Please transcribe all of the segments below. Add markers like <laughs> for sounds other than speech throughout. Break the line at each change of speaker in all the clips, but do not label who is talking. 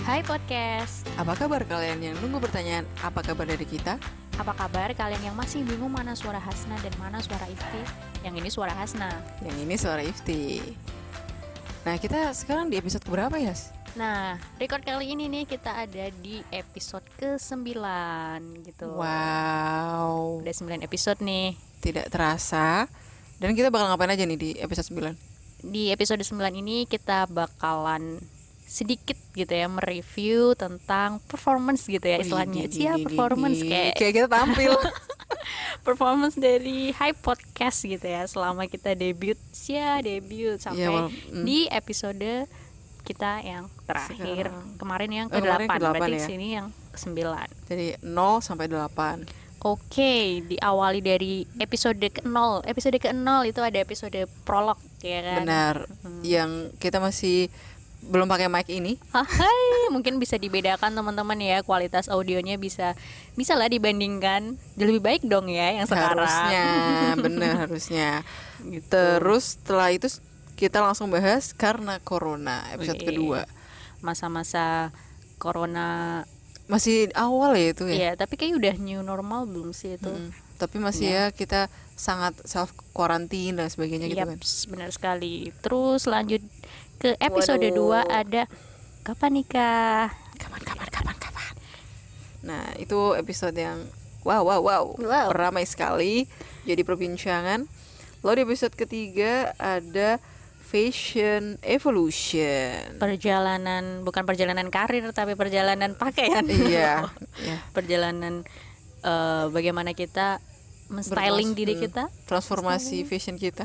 Hai podcast,
Apa kabar kalian yang nunggu pertanyaan apa kabar dari kita?
apa kabar kalian yang masih bingung mana suara Hasna dan mana suara Ifti? Yang ini suara Hasna.
Yang ini suara Ifti. Nah kita sekarang di episode keberapa ya?
Nah, record kali ini nih kita ada di episode ke-9 gitu.
Wow,
Udah 9 episode nih.
tidak terasa. Dan kita bakal ngapain aja nih di episode 9?
Di episode 9 ini kita bakalan sedikit gitu ya mereview tentang performance gitu ya istilahnya. Iya, performance kayak
Kayak kita
<laughs>
tampil. Iya,
performance dari High Podcast gitu ya selama kita debut ya debut sampai
Iya, wal- mm.
di episode kita yang terakhir
Sekarang.
kemarin yang
Eh, kemarin
ke-8
ke-8
berarti
ya.
sini yang ke-9
Dari 0 sampai 8.
Oke, diawali dari episode ke-0. Episode ke-0 itu ada episode prolog ya kan.
Benar. Yang kita masih belum pakai mic ini.
Ah, Hai, mungkin bisa dibedakan teman-teman ya kualitas audionya bisa bisa lah dibandingkan lebih baik dong ya yang sekarang. <laughs>
Harusnya, Gitu. benar harusnya. Terus setelah itu kita langsung bahas karena corona episode
Wih.
kedua.
Masa-masa corona
masih awal ya itu ya.
Iya, tapi kayaknya udah new normal belum sih itu?
Mm-mm. Tapi masih
Iya.
ya kita sangat self quarantine dan sebagainya gitu kan.
Yaps, benar sekali. Terus lanjut ke episode
Waduh.
2 ada kapan nikah?
Kapan kapan kapan kapan. Nah, itu episode yang wow wow wow.
Wow.
Ramai sekali jadi perbincangan. Lalu di episode ketiga ada fashion evolution.
Perjalanan bukan perjalanan karir tapi perjalanan pakaian. <laughs>
Iya, iya.
perjalanan eh, bagaimana kita menstyling
Bertrans-
diri
mm,
kita.
Transformasi fashion kita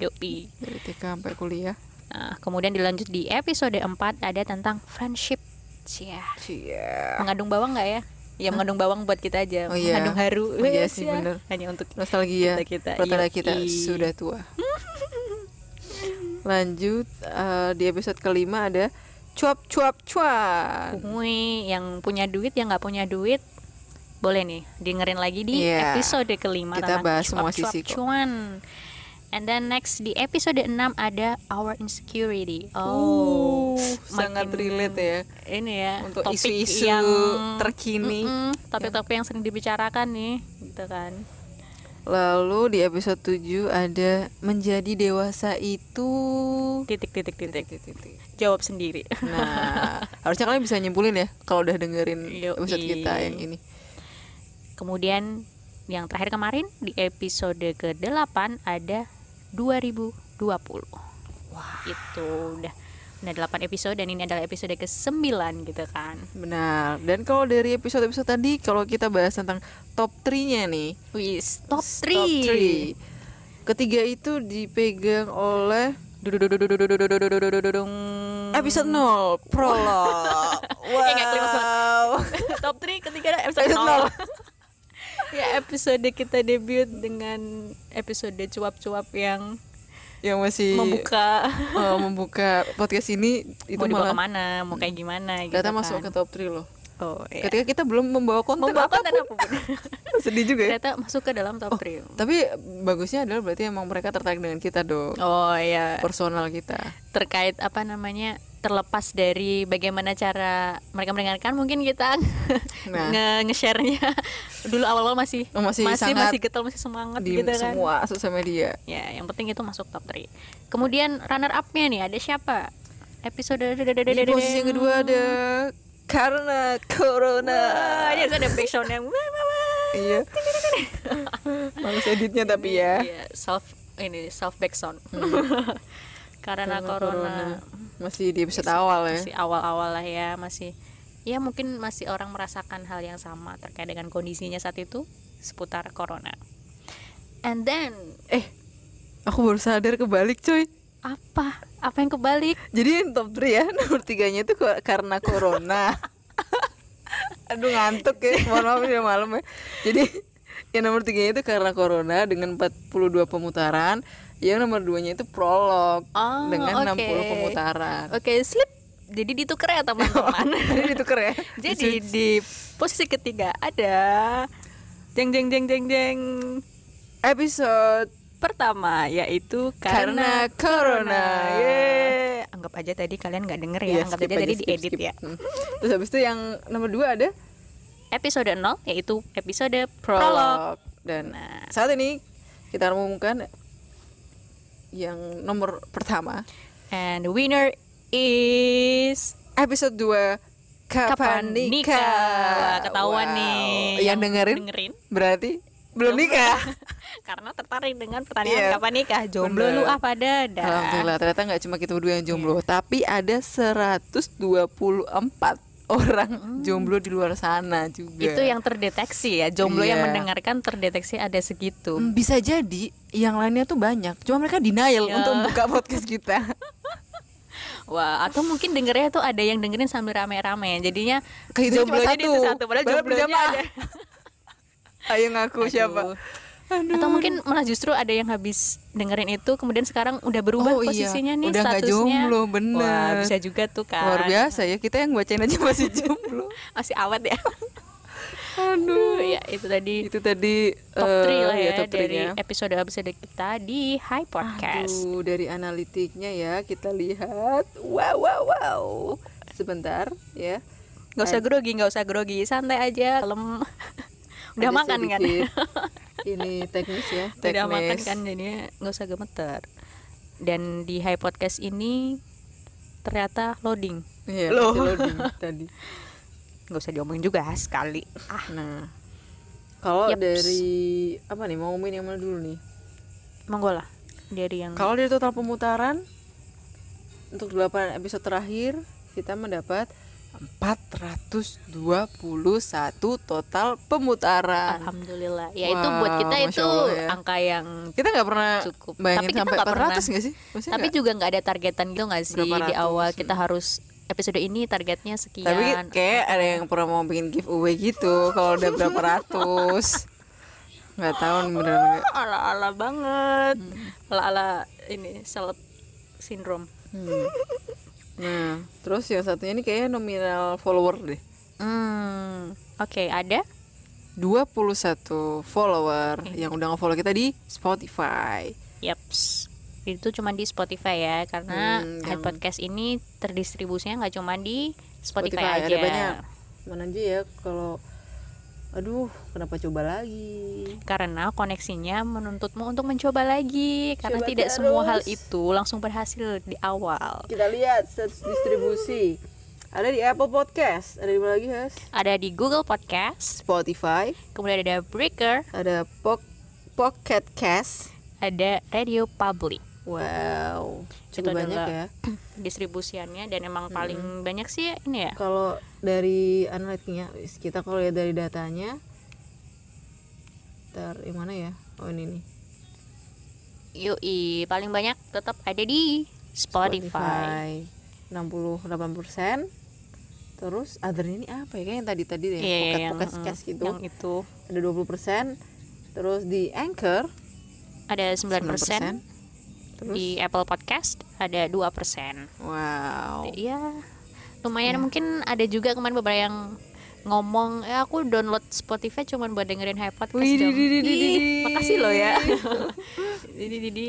Yopi.
dari TK sampai kuliah.
Nah, kemudian dilanjut di episode 4 ada tentang friendship. Cia.
Iya.
Mengandung bawang nggak ya? Ya mengandung bawang buat kita aja.
Oh iya.
Mengandung haru.
Oh
<laughs>
iya
Wes,
sih,
ya.
bener. Oh
Hanya untuk
nostalgia
Kita-kita,
pertanda
yoi.
kita sudah
<laughs>
tua lanjut eh, di episode kelima ada cuap cuap cuan
Wih, yang punya duit yang nggak punya duit boleh nih dengerin lagi di
Iya.
episode kelima
Kita
tentang
bahas semua
cuap-cuap
sisi kok.
cuan. And then next di episode 6 ada our insecurity. Oh,
oh sangat
makin
relate ya
Ini ya
untuk
topik
isu-isu
yang
terkini Ya.
Mm-mm, topik-topik yang sering dibicarakan nih, gitu kan.
lalu di episode 7 ada menjadi dewasa itu
Titik-titik-titik.
Titik-titik.
Jawab sendiri. <laughs>
nah harusnya kalian bisa nyimpulin ya kalau udah dengerin
Yoi.
episode kita yang ini
Kemudian yang terakhir kemarin di episode ke-8 ada 2020. Wah, itu udah udah 8 episode dan ini adalah episode ke-9 gitu kan.
benar dan kalau dari episode episode tadi kalau kita bahas tentang top 3-nya nih
Wis, top
Top
3.
three. Ketiga itu dipegang oleh episode 0 prolog.
Eh, nggak kelihatan. <laughs> top 3 ketiga ada episode
Episode
0. <laughs> ya, episode kita debut dengan episode cuap-cuap yang
Yang masih
membuka
eh, membuka podcast ini itu
mau dibawa
malah
kemana, mau kayak gimana gitu.
ternyata
kan.
masuk ke top 3 loh.
Oh, iya.
Ketika kita belum membawa konten
Membawa
apapun.
konten
<laughs>
apapun.
Sedih juga ya.
ternyata masuk ke dalam top 3.
Tapi bagusnya adalah berarti emang mereka tertarik dengan kita dong.
Oh ya
Personal kita.
terkait apa namanya terlepas dari bagaimana cara mereka mendengarkan mungkin kita <laughs>
Nah.
nge- nge-share-nya dulu awal-awal masih
Oh, masih
masih
sangat
masih getol masih semangat
Di
gitu kan.
semua sosial media.
Ya, yang penting itu masuk top 3. Kemudian runner up-nya nih ada siapa? Episode
Di posisi yang kedua ada karena corona.
Wah, Oh, ini harus ada background yang wah, wah, wah.
iya males editnya tapi ya
Iya, self ini self background.
Hmm.
<laughs> Karena, corona.
masih di episode awal ya
Iya. masih awal-awal lah ya masih ya mungkin masih orang merasakan hal yang sama terkait dengan kondisinya saat itu seputar corona and then
eh aku baru sadar kebalik coy
apa apa yang kebalik
jadi yang top 3 ya <laughs> nomor tiganya itu ko- karena corona <laughs> aduh ngantuk ya mohon maaf ini udah malam ya jadi yang nomor tiganya itu karena corona dengan 42 pemutaran yang nomor duanya itu prolog
Oh,
dengan
oke.
60 pemutaran <laughs>
oke slip jadi ditukar ya teman-teman
jadi dituker ya
<laughs> jadi di posisi ketiga ada jeng jeng jeng jeng jeng
episode
Pertama yaitu karena,
Karena corona.
Yeay. Anggap aja tadi kalian nggak denger ya,
Iya,
anggap
skip
aja tadi
skip,
diedit
skip.
ya.
Hmm. Terus habis itu yang nomor dua ada
Episode 0 yaitu episode prolog.
prolog dan
Nah.
saat ini kita mengumumkan yang nomor pertama
And the winner is
episode 2 kapan,
Kapan
nikah.
Wah, ketahuan
Wow.
nih.
Yang dengerin
dengerin <laughs>
berarti belum nikah.
karena tertarik dengan pertanyaan
Iya,
kapan nikah. Jomblo
bener.
lu apa dadah?
Alhamdulillah ternyata nggak cuma kita berdua
Iya.
yang jomblo, tapi ada 124 orang jomblo di luar sana juga.
Hmm. Itu yang terdeteksi ya, jomblo yang
Iya.
mendengarkan terdeteksi ada segitu.
Hmm, bisa jadi yang lainnya tuh banyak, cuma mereka denial
Ya.
untuk buka podcast
<laughs>
kita.
Wah, atau mungkin dengernya tuh ada yang dengerin sambil rame-rame. Jadinya
Kehitung
jomblo
cuma
jadi itu
satu.
satu, padahal
Padahal
jomblonya
berjamaah.
ada.
Ayo ngaku siapa?
Aduh. Atau mungkin malah justru ada yang habis dengerin itu kemudian sekarang udah berubah
Oh, iya.
posisinya nih
Udah nggak
statusnya.
jomblo, bener.
Wah, bisa juga tuh kan.
Luar biasa ya, kita yang bacain aja masih jomblo.
Masih awet ya.
Aduh.
<laughs> ya itu tadi
Itu tadi
top
eh,
3 lah ya,
top
dari
three-nya.
episode-episode kita di High Podcast.
Aduh, dari analitiknya ya kita lihat. Wow, wow, wow. Sebentar ya.
Nggak usah grogi, nggak usah grogi, santai aja, kalem. Udah
Ada
makan kan?
sedikit. Ini teknis ya,
<laughs>
teknis.
Udah makan kan jadinya nggak usah gemeter. Dan di High Podcast ini ternyata loading.
Iya,
Loh.
masih loading tadi.
Nggak usah diomongin juga sekali. Ah,
Nah. Kalau
Yaps.
dari apa nih mau ngomongin yang mana dulu nih?
monggo lah dari yang
Kalau dari total pemutaran untuk 8 episode terakhir kita mendapat 421 total pemutaran.
Alhamdulillah. Ya itu
Wah,
buat kita
Masya
itu
Allah ya.
angka yang
Kita nggak pernah
Cukup.
bayangin
Tapi kita
sampai
nggak pernah.
400 nggak sih? Maksudnya
tapi
nggak?
juga nggak ada targetan gitu nggak sih
Berapa
di
ratus,
awal
hmm.
kita harus episode ini targetnya sekian.
Tapi kayak ada yang pernah mau bikin giveaway gitu kalau udah berapa ratus. Nggak tahu nih bener nggak.
ala-ala banget. Ala-ala ini seleb syndrome.
Hmm. Nah, terus yang satunya ini kayaknya nominal follower deh.
Hmm. Oke, ada
21 follower
Hmm.
yang udah nge-follow kita di Spotify.
Yaps. Itu cuma di Spotify ya, karena
Hmm,
High
yang-
podcast ini terdistribusinya nggak cuma di Spotify,
Spotify,
aja.
ada banyak. Mana aja ya kalau aduh, kenapa coba lagi?
Karena koneksinya menuntutmu untuk mencoba lagi, karena
Coba
tidak semua hal
terus.
itu langsung berhasil di awal.
Kita lihat status distribusi. Ada di Apple Podcast, ada di mana lagi, Has?
Ada di Google Podcast,
Spotify,
kemudian ada Breaker,
ada Pok- Pocket Cast.
ada Radio Public.
Wow,
Itu
cukup banyak
adalah-
ya.
<clears throat>
Hmm.
Distribusiannya dan emang paling banyak sih ini ya.
Kalau dari anu, analitiknya, wis, ya. kita kalau lihat dari datanya, ntar yang mana ya? Oh ini nih.
Yoi, paling banyak tetap ada di Spotify.
68 persen. Terus othernya ini apa ya? Kayak yang tadi tadi deh,
Iya, iya,
pocket
yang,
pocket
eh,
cast gitu.
yang itu
Ada 20 persen. Terus di Anchor
ada 9%,
9%. Terus
di Apple Podcast ada 2%.
wow. Iya.
Iya. Lumayan mungkin ada juga kemarin beberapa yang ngomong, "Eh aku download Spotify cuman buat dengerin High Podcast."
Wih,
dong."
di, di, di, di,
Ih,
di.
Makasih loh
<laughs>
ya. Jadi jadi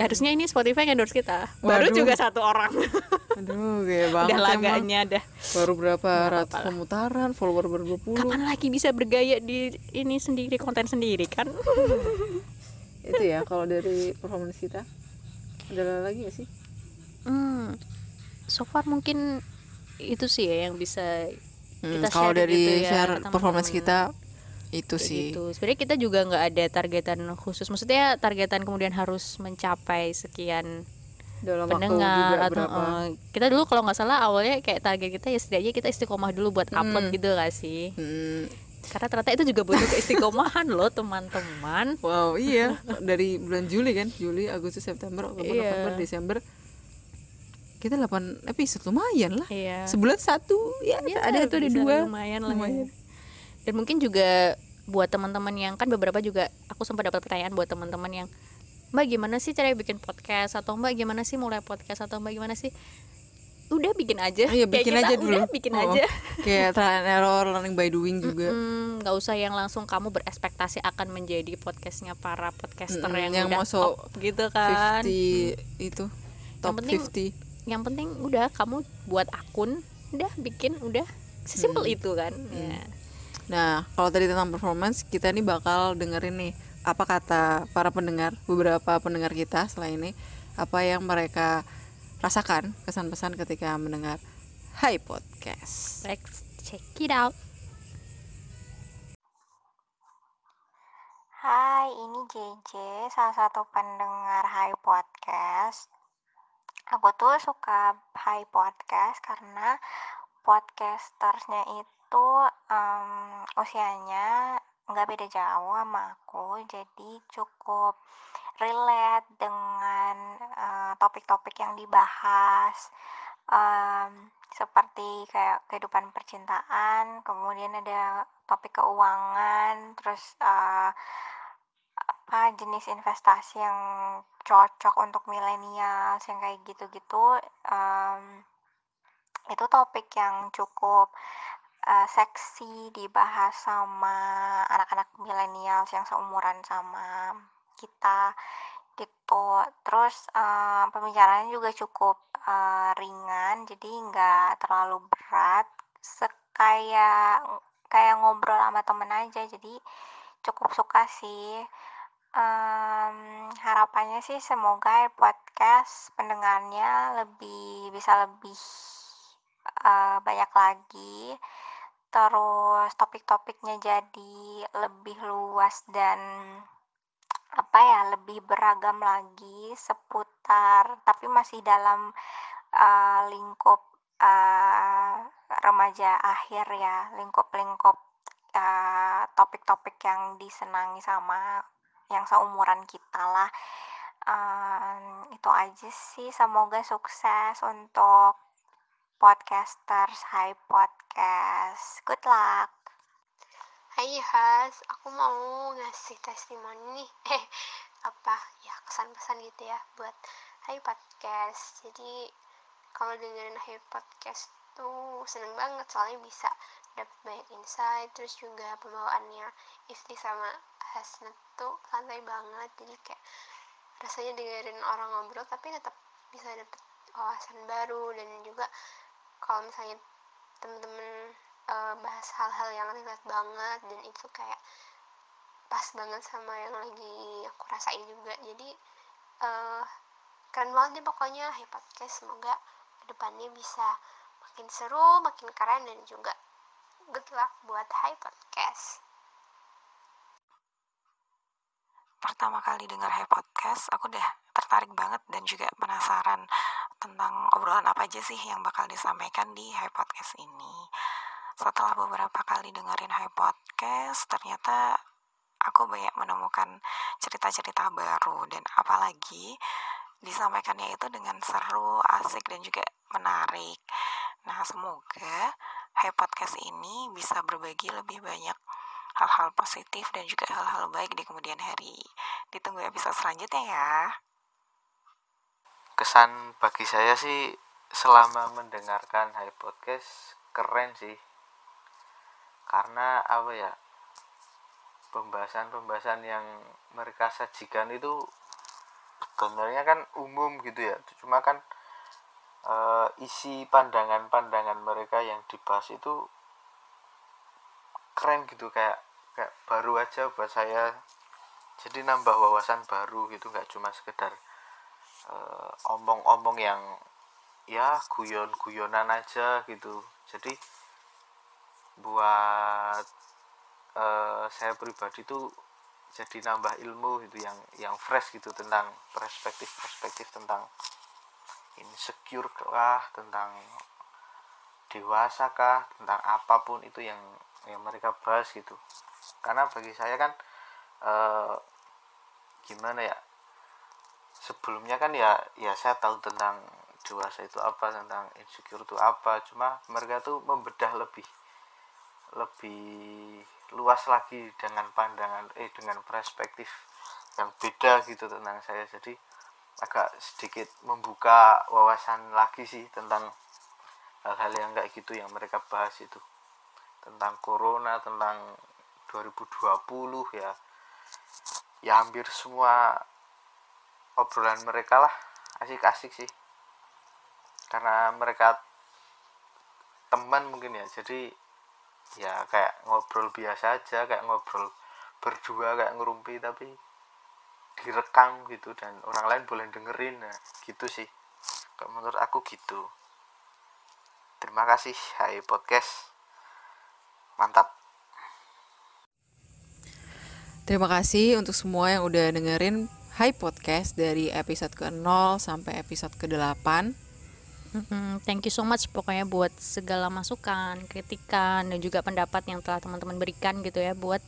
harusnya ini Spotify endorse kita. Baru
Hmm. Waduh.
juga satu orang.
Aduh,
<laughs> Udah
kayak <laughs> banget emang.
laganya dah.
Baru berapa ratus pemutaran, follower berapa puluh.
Kapan lagi bisa bergaya di ini sendiri konten sendiri
<laughs>
kan?
itu ya kalau dari performance kita ada lagi gak sih
Hmm, so far mungkin itu sih ya yang bisa kita
Hmm, kalau
share gitu
dari
ya
share
ke
performance
teman-teman.
kita itu
Kayak
sih
gitu. Sebenarnya kita juga nggak ada targetan khusus. Maksudnya targetan kemudian harus mencapai sekian
dalam
pendengar atau eh, kita dulu kalau nggak salah awalnya kayak target kita ya setidaknya kita istiqomah dulu buat upload gitu gak sih?
Hmm,
Karena ternyata itu juga butuh keistiqomahan loh
<laughs>
teman-teman.
wow iya dari bulan Juli kan Juli Agustus September Oktober
Iya.
November Desember kita 8 episode lumayan lah
Iya.
sebulan satu ya,
Ya,
ada itu ada
bisa
dua
lumayan lah ya.
Lumayan.
dan mungkin juga buat teman-teman yang kan beberapa juga aku sempat dapat pertanyaan buat teman-teman yang mbak gimana sih cara bikin podcast atau mbak gimana sih mulai podcast atau mbak gimana sih udah bikin aja
Iya
Kayak
bikin
kita,
aja dulu.
udah bikin
Oh,
aja
Kayak trial and error, learning by doing <laughs> juga.
Mm, nggak usah yang langsung kamu berespektasi akan menjadi podcastnya para podcaster
Mm-mm,
yang,
yang
udah
mau so
top gitu kan
50 itu top
penting
50.
yang penting udah kamu buat akun udah bikin udah sesimpel itu kan
Mm.
ya.
Nah, kalau tadi tentang performance, kita nih bakal dengerin nih apa kata para pendengar, beberapa pendengar kita selain ini, apa yang mereka rasakan kesan-pesan ketika mendengar Hai Podcast.
let's check it out
Hai, ini JJ, salah satu pendengar Hai Podcast. Aku tuh suka Hai Podcast karena podcastersnya itu em, usianya nggak beda jauh sama aku, jadi cukup relate dengan eh, topik-topik yang dibahas. Em, seperti kayak kehidupan percintaan, kemudian ada topik keuangan, terus eh, apa jenis investasi yang cocok untuk milenial yang kayak gitu-gitu em, itu topik yang cukup eh, seksi dibahas sama anak-anak milenial yang seumuran sama kita gitu terus eh, pembicaraannya juga cukup eh, ringan jadi nggak terlalu berat sekaya kayak ngobrol sama temen aja jadi cukup suka sih Em, Mmm, harapannya sih semoga ya podcast pendengarnya lebih bisa lebih eh, banyak lagi terus topik-topiknya jadi lebih luas dan apa ya lebih beragam lagi seputar tapi masih dalam eh, lingkup eh, remaja akhir ya lingkup-lingkup eh, topik-topik yang disenangi sama yang seumuran kita lah Em, itu aja sih semoga sukses untuk podcasters Hai Podcast good luck
Hai Has, aku mau ngasih testimoni nih. Eh, apa ya kesan-pesan gitu ya buat Hai Podcast. Jadi kalau dengerin Hai Podcast tuh seneng banget soalnya bisa dapat banyak insight terus juga pembawaannya Ifti sama Hasnat tuh santai banget jadi kayak rasanya dengerin orang ngobrol tapi tetap bisa dapet wawasan baru dan juga kalau misalnya temen-temen eh, bahas hal-hal yang relate banget dan itu kayak pas banget sama yang lagi aku rasain juga jadi eh, keren banget deh pokoknya Hai Podcast semoga kedepannya bisa makin seru makin keren dan juga good luck buat Hai Podcast
pertama kali dengar Hey Podcast, aku udah tertarik banget dan juga penasaran tentang obrolan apa aja sih yang bakal disampaikan di Hey Podcast ini. Setelah beberapa kali dengerin Hey Podcast, ternyata aku banyak menemukan cerita-cerita baru dan apalagi disampaikannya itu dengan seru, asik dan juga menarik. Nah, semoga Hey Podcast ini bisa berbagi lebih banyak hal-hal positif dan juga hal-hal baik di kemudian hari. Ditunggu episode selanjutnya ya.
kesan bagi saya sih selama mendengarkan Hai Podcast keren sih karena apa ya pembahasan-pembahasan yang mereka sajikan itu sebenarnya kan umum gitu ya cuma kan eh, isi pandangan-pandangan mereka yang dibahas itu keren gitu kayak kayak baru aja buat saya jadi nambah wawasan baru gitu nggak cuma sekedar eh, omong-omong yang ya guyon-guyonan aja gitu jadi buat eh, saya pribadi tuh jadi nambah ilmu gitu yang yang fresh gitu tentang perspektif-perspektif tentang insecure kah tentang dewasa kah tentang apapun itu yang yang mereka bahas gitu karena bagi saya kan eh, gimana ya sebelumnya kan ya ya saya tahu tentang dewasa itu apa tentang insecure itu apa cuma mereka tuh membedah lebih lebih luas lagi dengan pandangan eh dengan perspektif yang beda gitu tentang saya jadi agak sedikit membuka wawasan lagi sih tentang hal-hal yang kayak gitu yang mereka bahas itu tentang corona tentang 2020 ya ya hampir semua obrolan mereka lah asik-asik sih karena mereka teman mungkin ya jadi ya kayak ngobrol biasa aja kayak ngobrol berdua kayak ngerumpi tapi direkam gitu dan orang lain boleh dengerin nah gitu sih kalau menurut aku gitu terima kasih Hai Podcast mantap
Terima kasih untuk semua yang udah dengerin Hai Podcast dari episode ke-0 sampai episode ke-8.
Mm-mm, Thank you so much pokoknya buat segala masukan, kritikan dan juga pendapat yang telah teman-teman berikan gitu ya buat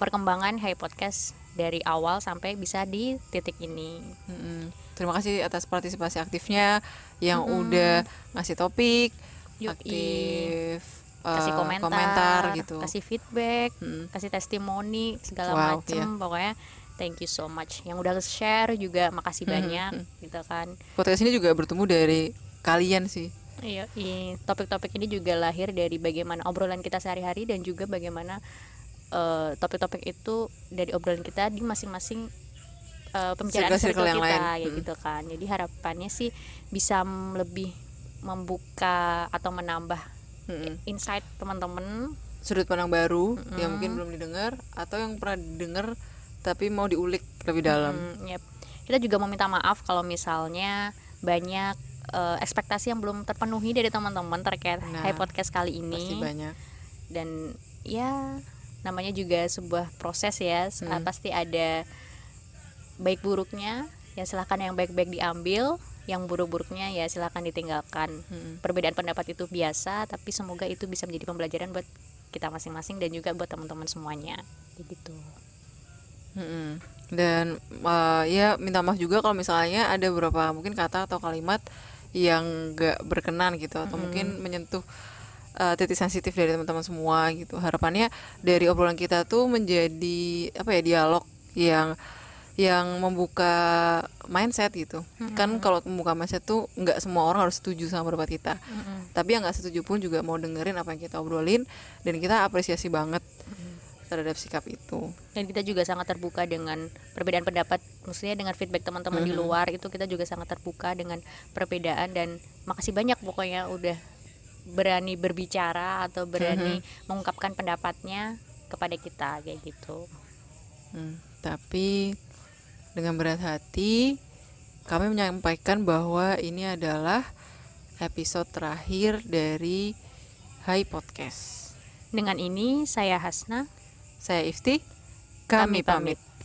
perkembangan Hai Podcast dari awal sampai bisa di titik ini.
Mm-mm. Terima kasih atas partisipasi aktifnya yang udah ngasih topik,
Yoi.
aktif
Kasih
eh,
komentar,
gitu.
kasih feedback,
Mm-mm.
kasih testimoni segala
Wow,
macem
iya.
pokoknya thank you so much yang udah share juga makasih banyak gitu kan
Podcast ini juga bertemu dari kalian sih.
Iya, i- topik-topik ini juga lahir dari bagaimana obrolan kita sehari-hari dan juga bagaimana eh, topik-topik itu dari obrolan kita di masing-masing eh, pembicaraan
Circle-circle
circle
yang
kita
lain.
ya
Mm.
gitu kan. Jadi harapannya sih bisa m- lebih membuka atau menambah
Mm-mm.
insight teman-teman.
Sudut pandang baru yang mungkin belum didengar atau yang pernah didengar tapi mau diulik lebih dalam.
Mm, yep. Kita juga mau minta maaf kalau misalnya banyak eh, ekspektasi yang belum terpenuhi dari teman-teman terkait
Nah,
Hai podcast kali ini.
Pasti banyak.
dan ya namanya juga sebuah proses ya S-
Hmm.
pasti ada baik buruknya ya silahkan yang baik-baik diambil yang buruk-buruknya ya silahkan ditinggalkan
Mm-mm.
perbedaan pendapat itu biasa tapi semoga itu bisa menjadi pembelajaran buat kita masing-masing dan juga buat teman-teman semuanya Kayak gitu
Mm-mm. Dan uh, ya minta maaf juga kalau misalnya ada beberapa mungkin kata atau kalimat yang gak berkenan gitu atau mungkin menyentuh uh, titik sensitif dari teman-teman semua gitu. Harapannya dari obrolan kita tuh menjadi apa ya dialog yang yang membuka mindset gitu. Kan kalau membuka mindset tuh nggak semua orang harus setuju sama pendapat kita. Tapi yang nggak setuju pun juga mau dengerin apa yang kita obrolin dan kita apresiasi banget terhadap sikap itu.
dan kita juga sangat terbuka dengan perbedaan pendapat maksudnya dengan feedback teman-teman di luar itu kita juga sangat terbuka dengan perbedaan dan makasih banyak pokoknya udah berani berbicara atau berani mengungkapkan pendapatnya kepada kita kayak gitu
Hmm, tapi dengan berat hati kami menyampaikan bahwa ini adalah episode terakhir dari Hai Podcast.
dengan ini saya Hasna
Saya Ifti,
Kami
kami,
pamit.
pamit.